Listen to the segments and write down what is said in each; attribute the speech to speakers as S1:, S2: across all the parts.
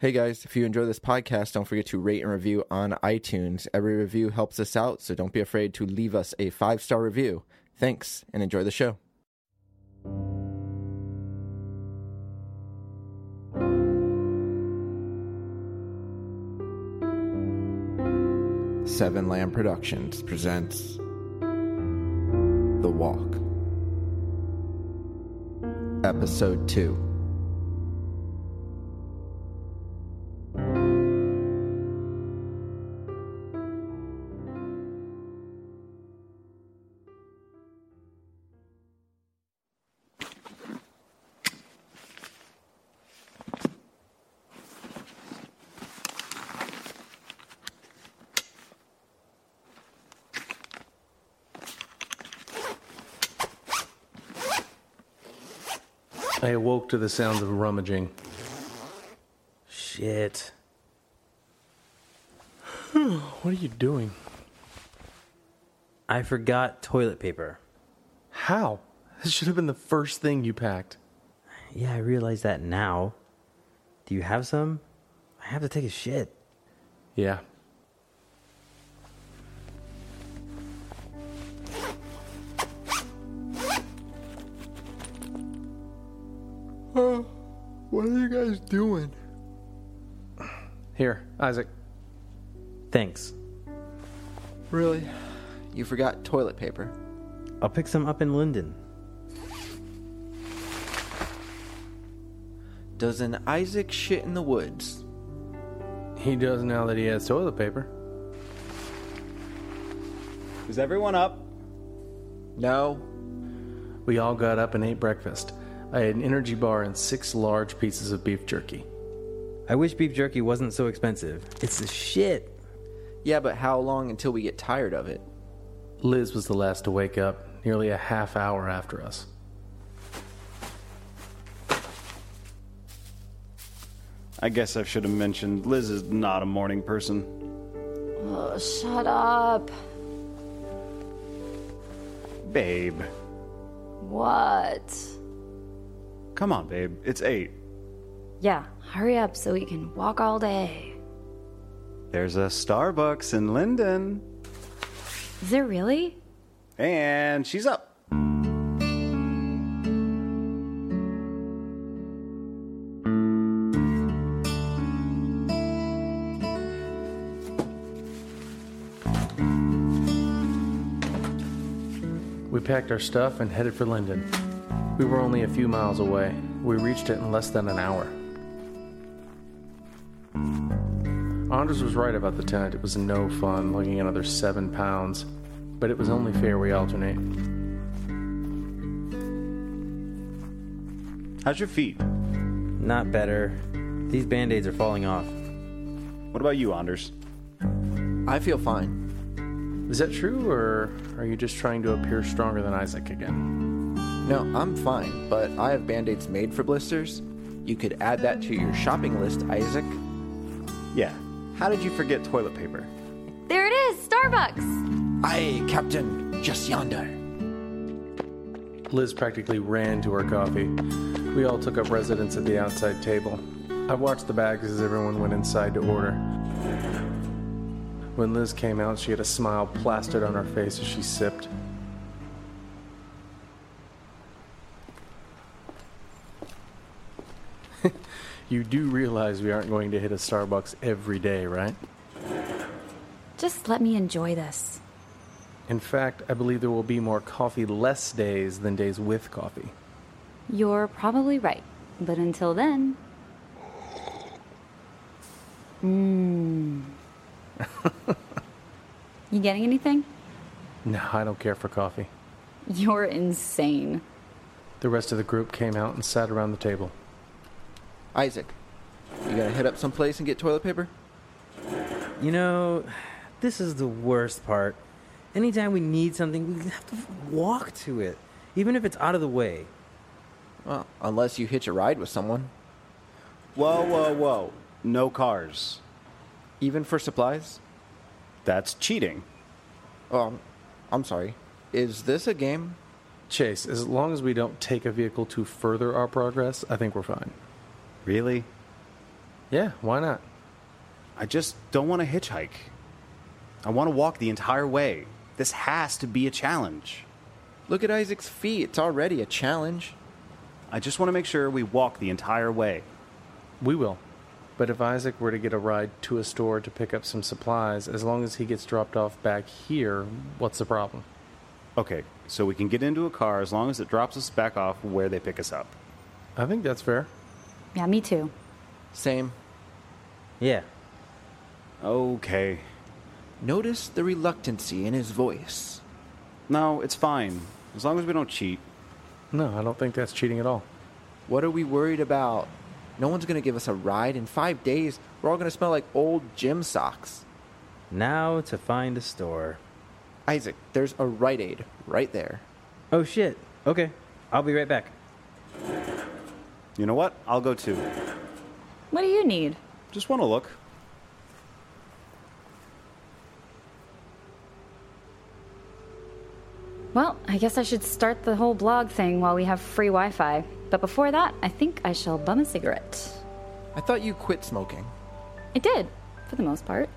S1: Hey guys, if you enjoy this podcast, don't forget to rate and review on iTunes. Every review helps us out, so don't be afraid to leave us a five star review. Thanks and enjoy the show. Seven Lamb Productions presents The Walk, Episode 2.
S2: I awoke to the sounds of rummaging.
S3: Shit.
S2: What are you doing?
S3: I forgot toilet paper.
S2: How? This should have been the first thing you packed.
S3: Yeah, I realize that now. Do you have some? I have to take a shit.
S2: Yeah.
S4: What are you guys doing?
S2: Here, Isaac.
S3: Thanks.
S1: Really? You forgot toilet paper.
S3: I'll pick some up in Linden.
S1: Does an Isaac shit in the woods?
S2: He does now that he has toilet paper.
S5: Is everyone up?
S1: No.
S2: We all got up and ate breakfast. I had an energy bar and six large pieces of beef jerky.
S3: I wish beef jerky wasn't so expensive. It's the shit.
S1: Yeah, but how long until we get tired of it?
S2: Liz was the last to wake up, nearly a half hour after us.
S5: I guess I should have mentioned Liz is not a morning person.
S6: Oh, shut up.
S5: Babe.
S6: What?
S5: Come on, babe. It's 8.
S6: Yeah, hurry up so we can walk all day.
S5: There's a Starbucks in Linden.
S6: Is there really?
S5: And she's up.
S2: We packed our stuff and headed for Linden. We were only a few miles away. We reached it in less than an hour. Anders was right about the tent. It was no fun lugging another seven pounds, but it was only fair we alternate.
S5: How's your feet?
S3: Not better. These band aids are falling off.
S5: What about you, Anders?
S1: I feel fine.
S2: Is that true, or are you just trying to appear stronger than Isaac again?
S1: No, I'm fine, but I have band aids made for blisters. You could add that to your shopping list, Isaac.
S5: Yeah. How did you forget toilet paper?
S6: There it is, Starbucks.
S1: Aye, Captain, just yonder.
S2: Liz practically ran to her coffee. We all took up residence at the outside table. I watched the bags as everyone went inside to order. When Liz came out, she had a smile plastered on her face as she sipped. you do realize we aren't going to hit a Starbucks every day, right?
S6: Just let me enjoy this.
S2: In fact, I believe there will be more coffee less days than days with coffee.
S6: You're probably right, but until then. Mmm. Hmm. you getting anything?
S2: No, I don't care for coffee.
S6: You're insane.
S2: The rest of the group came out and sat around the table.
S1: Isaac, you gotta head up someplace and get toilet paper?
S3: You know, this is the worst part. Anytime we need something, we have to walk to it, even if it's out of the way.
S1: Well, unless you hitch a ride with someone.
S5: Whoa, whoa, whoa. No cars.
S1: Even for supplies?
S5: That's cheating.
S1: Oh, I'm sorry. Is this a game?
S2: Chase, as long as we don't take a vehicle to further our progress, I think we're fine.
S5: Really?
S2: Yeah, why not?
S5: I just don't want to hitchhike. I want to walk the entire way. This has to be a challenge.
S1: Look at Isaac's feet. It's already a challenge.
S5: I just want to make sure we walk the entire way.
S2: We will. But if Isaac were to get a ride to a store to pick up some supplies, as long as he gets dropped off back here, what's the problem?
S5: Okay, so we can get into a car as long as it drops us back off where they pick us up.
S2: I think that's fair.
S6: Yeah, me too.
S1: Same.
S3: Yeah.
S5: Okay.
S1: Notice the reluctancy in his voice.
S5: No, it's fine. As long as we don't cheat.
S2: No, I don't think that's cheating at all.
S1: What are we worried about? No one's going to give us a ride. In five days, we're all going to smell like old gym socks.
S3: Now to find a store.
S1: Isaac, there's a Rite Aid right there.
S3: Oh shit. Okay. I'll be right back.
S5: You know what? I'll go too.
S6: What do you need?
S5: Just want to look.
S6: Well, I guess I should start the whole blog thing while we have free Wi Fi. But before that, I think I shall bum a cigarette.
S1: I thought you quit smoking.
S6: I did, for the most part.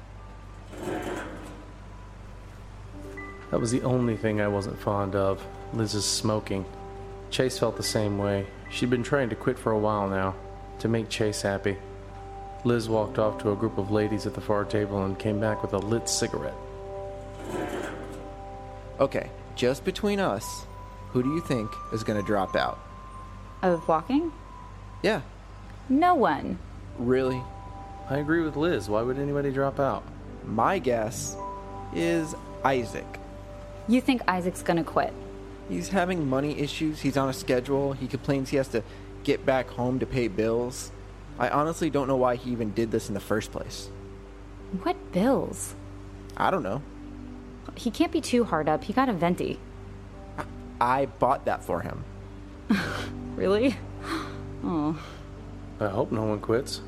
S2: That was the only thing I wasn't fond of Liz's smoking. Chase felt the same way. She'd been trying to quit for a while now, to make Chase happy. Liz walked off to a group of ladies at the far table and came back with a lit cigarette.
S1: Okay, just between us, who do you think is going to drop out?
S6: Of walking?
S1: Yeah,
S6: No one.
S1: really?
S2: I agree with Liz. Why would anybody drop out?
S1: My guess is Isaac.
S6: You think Isaac's gonna quit?
S1: He's having money issues. He's on a schedule. He complains he has to get back home to pay bills. I honestly don't know why he even did this in the first place.
S6: What bills?
S1: I don't know.
S6: He can't be too hard up. He got a venti.
S1: I bought that for him.
S6: Really?
S2: I hope no one quits.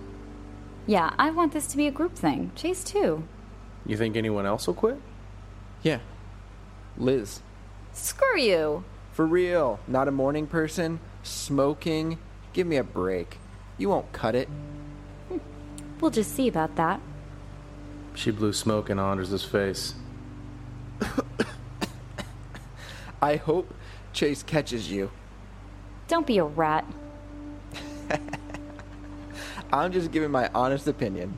S6: Yeah, I want this to be a group thing. Chase, too.
S2: You think anyone else will quit?
S1: Yeah. Liz,
S6: Screw you!
S1: for real, not a morning person, smoking. Give me a break. You won't cut it.
S6: We'll just see about that.
S2: She blew smoke in Anders' face.
S1: I hope Chase catches you.
S6: Don't be a rat.
S1: I'm just giving my honest opinion.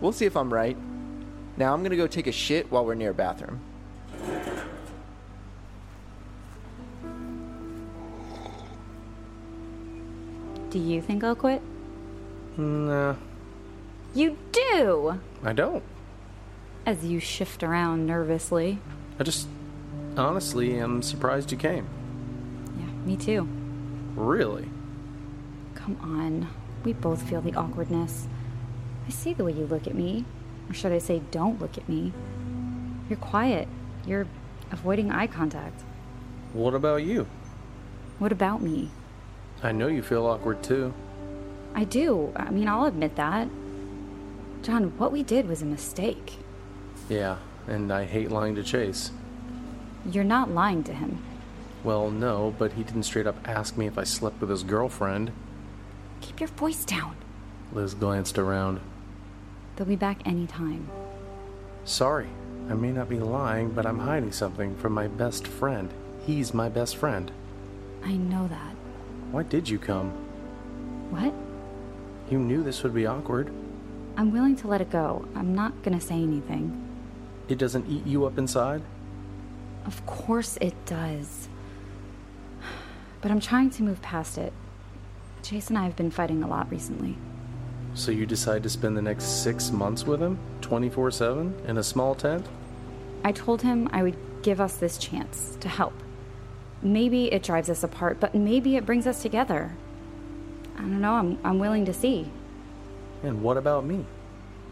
S1: We'll see if I'm right. Now I'm gonna go take a shit while we're near a bathroom.
S6: Do you think I'll quit?
S2: Nah,
S6: You do!
S2: I don't.
S6: As you shift around nervously.
S2: I just honestly am surprised you came.
S6: Yeah, me too.
S2: Really?
S6: Come on. We both feel the awkwardness. I see the way you look at me. Or should I say, don't look at me? You're quiet. You're avoiding eye contact.
S2: What about you?
S6: What about me?
S2: I know you feel awkward too.
S6: I do. I mean, I'll admit that. John, what we did was a mistake.
S2: Yeah, and I hate lying to Chase.
S6: You're not lying to him.
S2: Well, no, but he didn't straight up ask me if I slept with his girlfriend.
S6: Keep your voice down.
S2: Liz glanced around.
S6: They'll be back anytime.
S2: Sorry, I may not be lying, but I'm hiding something from my best friend. He's my best friend.
S6: I know that.
S2: Why did you come?
S6: What?
S2: You knew this would be awkward.
S6: I'm willing to let it go. I'm not gonna say anything.
S2: It doesn't eat you up inside?
S6: Of course it does. But I'm trying to move past it. Chase and I have been fighting a lot recently.
S2: So you decide to spend the next six months with him? 24 7? In a small tent?
S6: I told him I would give us this chance to help. Maybe it drives us apart, but maybe it brings us together. I don't know, I'm, I'm willing to see.
S2: And what about me?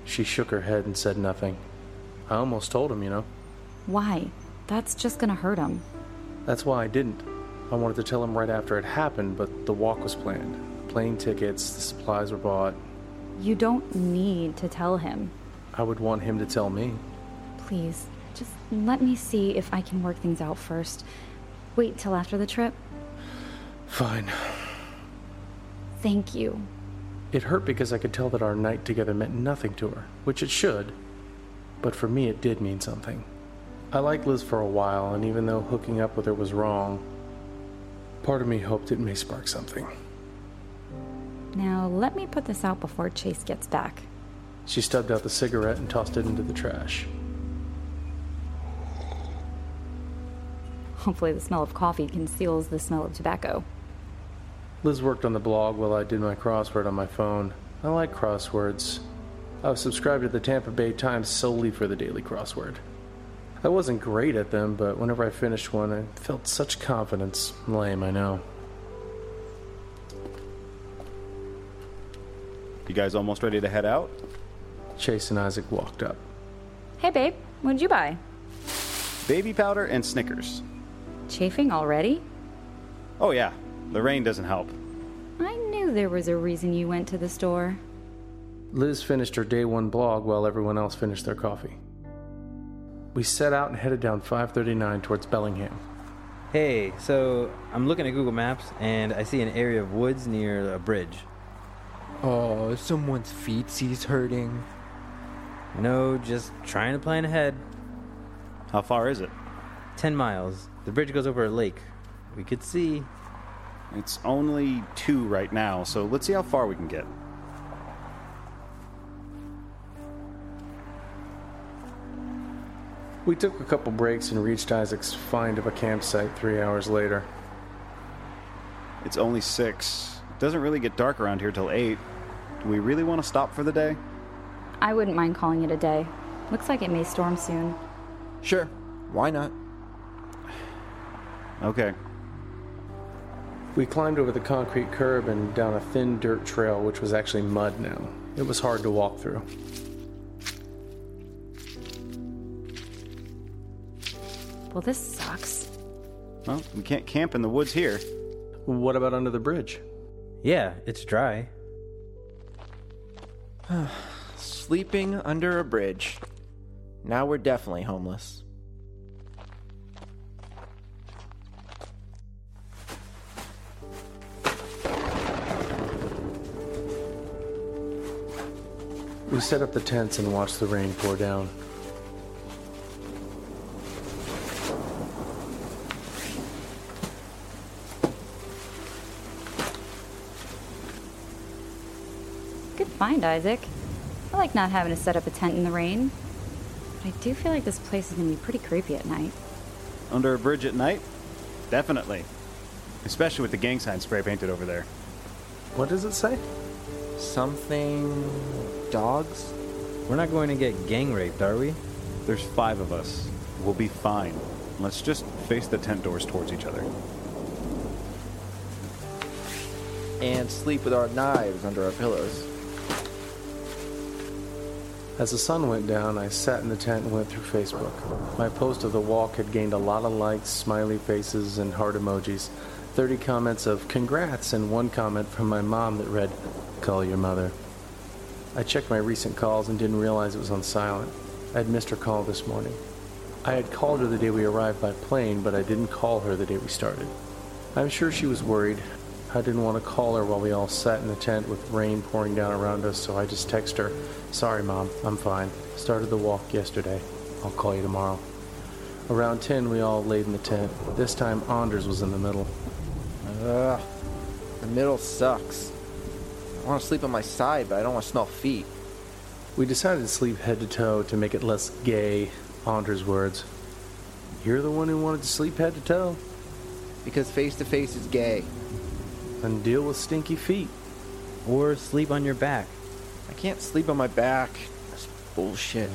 S2: She shook her head and said nothing. I almost told him, you know.
S6: Why? That's just gonna hurt him.
S2: That's why I didn't. I wanted to tell him right after it happened, but the walk was planned. Plane tickets, the supplies were bought.
S6: You don't need to tell him.
S2: I would want him to tell me.
S6: Please, just let me see if I can work things out first. Wait till after the trip.
S2: Fine.
S6: Thank you.
S2: It hurt because I could tell that our night together meant nothing to her, which it should, but for me it did mean something. I liked Liz for a while, and even though hooking up with her was wrong, part of me hoped it may spark something.
S6: Now, let me put this out before Chase gets back.
S2: She stubbed out the cigarette and tossed it into the trash.
S6: Hopefully, the smell of coffee conceals the smell of tobacco.
S2: Liz worked on the blog while I did my crossword on my phone. I like crosswords. I was subscribed to the Tampa Bay Times solely for the daily crossword. I wasn't great at them, but whenever I finished one, I felt such confidence. Lame, I know.
S5: You guys almost ready to head out?
S2: Chase and Isaac walked up.
S6: Hey, babe, what'd you buy?
S5: Baby powder and Snickers.
S6: Chafing already?
S5: Oh, yeah, the rain doesn't help.
S6: I knew there was a reason you went to the store.
S2: Liz finished her day one blog while everyone else finished their coffee. We set out and headed down 539 towards Bellingham.
S3: Hey, so I'm looking at Google Maps and I see an area of woods near a bridge.
S4: Oh, someone's feetsies hurting.
S3: No, just trying to plan ahead.
S5: How far is it?
S3: 10 miles. The bridge goes over a lake. We could see.
S5: It's only two right now, so let's see how far we can get.
S2: We took a couple breaks and reached Isaac's find of a campsite three hours later.
S5: It's only six. It doesn't really get dark around here till eight. Do we really want to stop for the day?
S6: I wouldn't mind calling it a day. Looks like it may storm soon.
S1: Sure, why not?
S5: Okay.
S2: We climbed over the concrete curb and down a thin dirt trail, which was actually mud now. It was hard to walk through.
S6: Well, this sucks.
S5: Well, we can't camp in the woods here.
S2: What about under the bridge?
S3: Yeah, it's dry.
S1: Sleeping under a bridge. Now we're definitely homeless.
S2: We set up the tents and watched the rain pour down.
S6: Good find, Isaac. I like not having to set up a tent in the rain. But I do feel like this place is gonna be pretty creepy at night.
S5: Under a bridge at night? Definitely. Especially with the gang sign spray painted over there.
S2: What does it say?
S1: Something. dogs?
S3: We're not going to get gang raped, are we?
S5: There's five of us. We'll be fine. Let's just face the tent doors towards each other.
S1: And sleep with our knives under our pillows.
S2: As the sun went down, I sat in the tent and went through Facebook. My post of the walk had gained a lot of likes, smiley faces, and heart emojis. 30 comments of congrats, and one comment from my mom that read, Call your mother. I checked my recent calls and didn't realize it was on silent. I had missed her call this morning. I had called her the day we arrived by plane, but I didn't call her the day we started. I'm sure she was worried. I didn't want to call her while we all sat in the tent with rain pouring down around us, so I just texted her, Sorry, Mom, I'm fine. Started the walk yesterday. I'll call you tomorrow. Around 10, we all laid in the tent. This time, Anders was in the middle.
S1: Ugh. The middle sucks. I want to sleep on my side, but I don't want to smell feet.
S2: We decided to sleep head to toe to make it less gay, Anders' words. You're the one who wanted to sleep head to toe
S1: Because face to face is gay.
S2: and deal with stinky feet.
S3: Or sleep on your back.
S1: I can't sleep on my back. That's bullshit.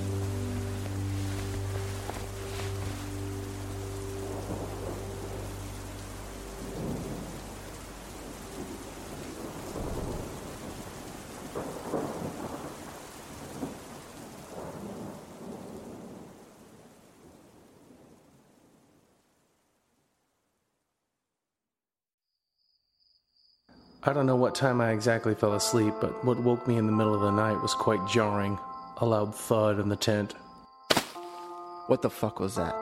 S2: I don't know what time I exactly fell asleep, but what woke me in the middle of the night was quite jarring a loud thud in the tent.
S1: What the fuck was that?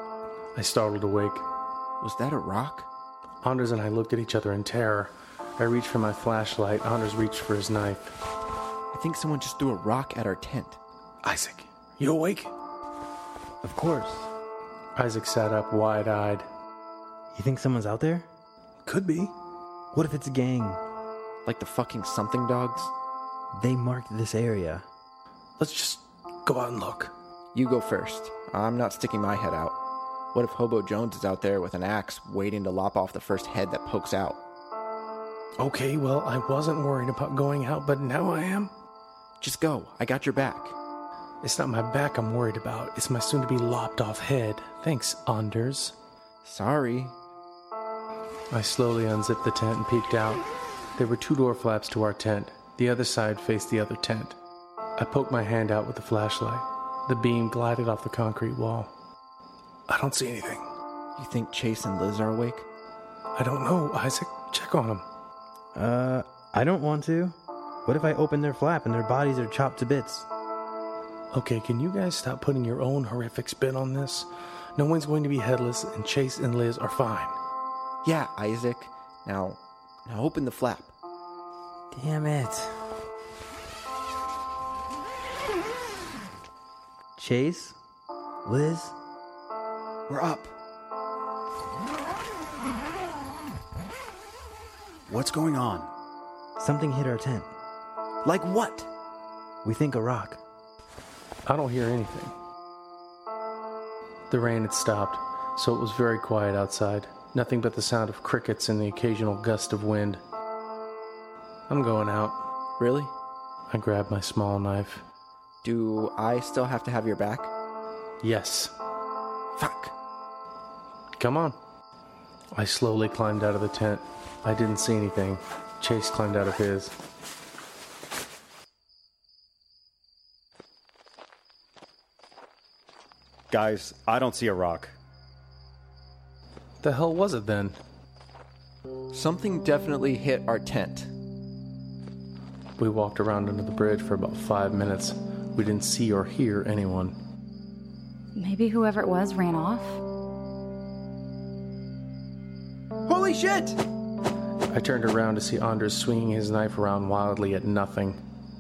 S2: I startled awake.
S1: Was that a rock?
S2: Anders and I looked at each other in terror. I reach for my flashlight. Anders reached for his knife.
S1: I think someone just threw a rock at our tent.
S2: Isaac, you awake?
S3: Of course.
S2: Isaac sat up wide eyed.
S3: You think someone's out there?
S2: Could be.
S3: What if it's a gang?
S1: Like the fucking something dogs?
S3: They marked this area.
S2: Let's just go out and look.
S1: You go first. I'm not sticking my head out. What if Hobo Jones is out there with an axe waiting to lop off the first head that pokes out?
S2: Okay, well, I wasn't worried about going out, but now I am.
S1: Just go. I got your back.
S2: It's not my back I'm worried about, it's my soon to be lopped off head. Thanks, Anders.
S1: Sorry.
S2: I slowly unzipped the tent and peeked out. There were two door flaps to our tent. The other side faced the other tent. I poked my hand out with the flashlight. The beam glided off the concrete wall. I don't see anything.
S1: You think Chase and Liz are awake?
S2: I don't know, Isaac. Check on them.
S3: Uh, I don't want to. What if I open their flap and their bodies are chopped to bits?
S2: Okay, can you guys stop putting your own horrific spin on this? No one's going to be headless, and Chase and Liz are fine.
S1: Yeah, Isaac. Now, now open the flap.
S3: Damn it. Chase? Liz?
S1: We're up.
S5: What's going on?
S3: Something hit our tent.
S1: Like what?
S3: We think a rock.
S2: I don't hear anything. The rain had stopped, so it was very quiet outside. Nothing but the sound of crickets and the occasional gust of wind. I'm going out.
S1: Really?
S2: I grabbed my small knife.
S1: Do I still have to have your back?
S2: Yes.
S1: Fuck.
S2: Come on. I slowly climbed out of the tent. I didn't see anything. Chase climbed out of his.
S5: Guys, I don't see a rock.
S2: The hell was it then?
S1: Something definitely hit our tent.
S2: We walked around under the bridge for about five minutes. We didn't see or hear anyone.
S6: Maybe whoever it was ran off.
S1: Holy shit!
S2: I turned around to see Anders swinging his knife around wildly at nothing.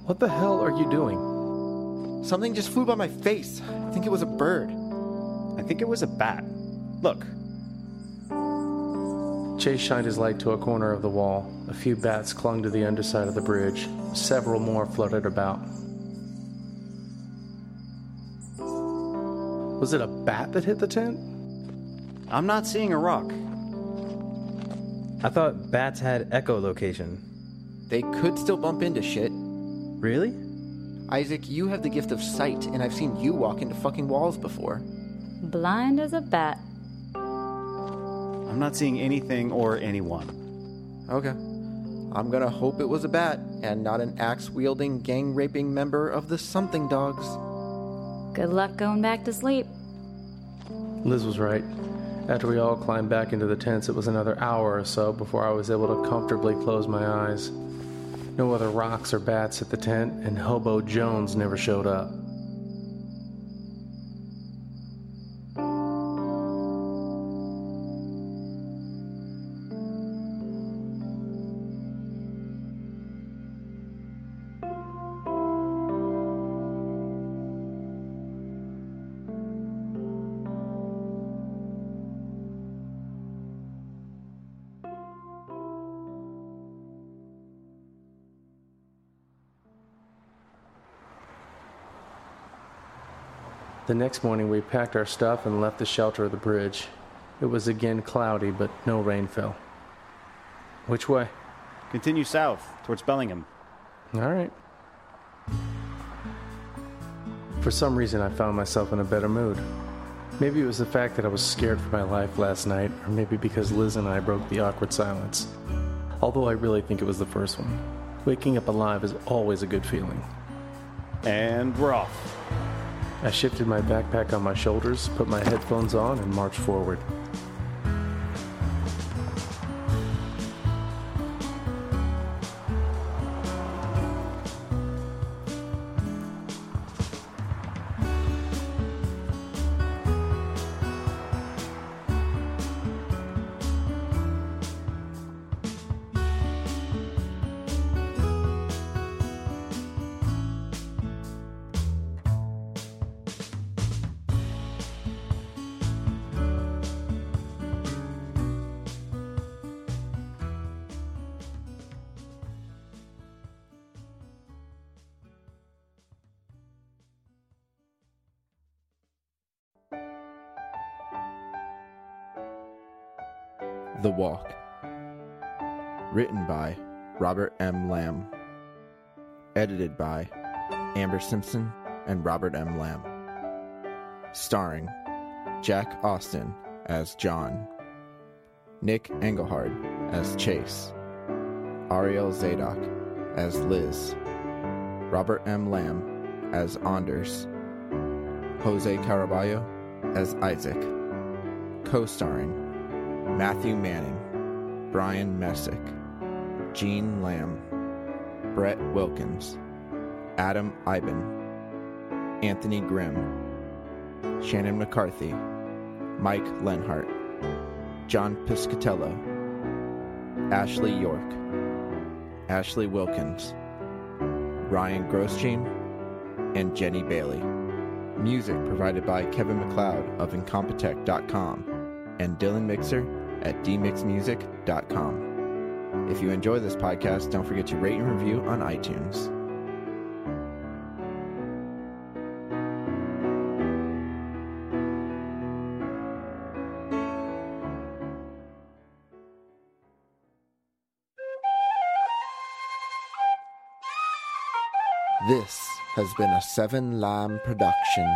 S2: What the hell are you doing?
S1: Something just flew by my face. I think it was a bird.
S5: I think it was a bat. Look,
S2: Chase shined his light to a corner of the wall. A few bats clung to the underside of the bridge. Several more fluttered about. Was it a bat that hit the tent?
S5: I'm not seeing a rock.
S3: I thought bats had echolocation.
S1: They could still bump into shit.
S3: Really?
S1: Isaac, you have the gift of sight, and I've seen you walk into fucking walls before.
S6: Blind as a bat.
S5: I'm not seeing anything or anyone.
S1: Okay. I'm gonna hope it was a bat and not an axe wielding, gang raping member of the Something Dogs.
S6: Good luck going back to sleep.
S2: Liz was right. After we all climbed back into the tents, it was another hour or so before I was able to comfortably close my eyes. No other rocks or bats at the tent, and Hobo Jones never showed up. The next morning, we packed our stuff and left the shelter of the bridge. It was again cloudy, but no rain fell. Which way?
S5: Continue south towards Bellingham.
S2: All right. For some reason, I found myself in a better mood. Maybe it was the fact that I was scared for my life last night, or maybe because Liz and I broke the awkward silence. Although I really think it was the first one. Waking up alive is always a good feeling.
S5: And we're off.
S2: I shifted my backpack on my shoulders, put my headphones on, and marched forward.
S1: The Walk. Written by Robert M. Lamb. Edited by Amber Simpson and Robert M. Lamb. Starring Jack Austin as John, Nick Engelhard as Chase, Ariel Zadok as Liz, Robert M. Lamb as Anders, Jose Caraballo as Isaac, co starring Matthew Manning, Brian Messick, Gene Lamb, Brett Wilkins, Adam Iben, Anthony Grimm, Shannon McCarthy, Mike Lenhart, John Piscatello, Ashley York, Ashley Wilkins, Ryan Grosjean, and Jenny Bailey. Music provided by Kevin McLeod of Incompetech.com and Dylan Mixer at dmixmusic.com. If you enjoy this podcast, don't forget to rate and review on iTunes. This has been a Seven Lamb production.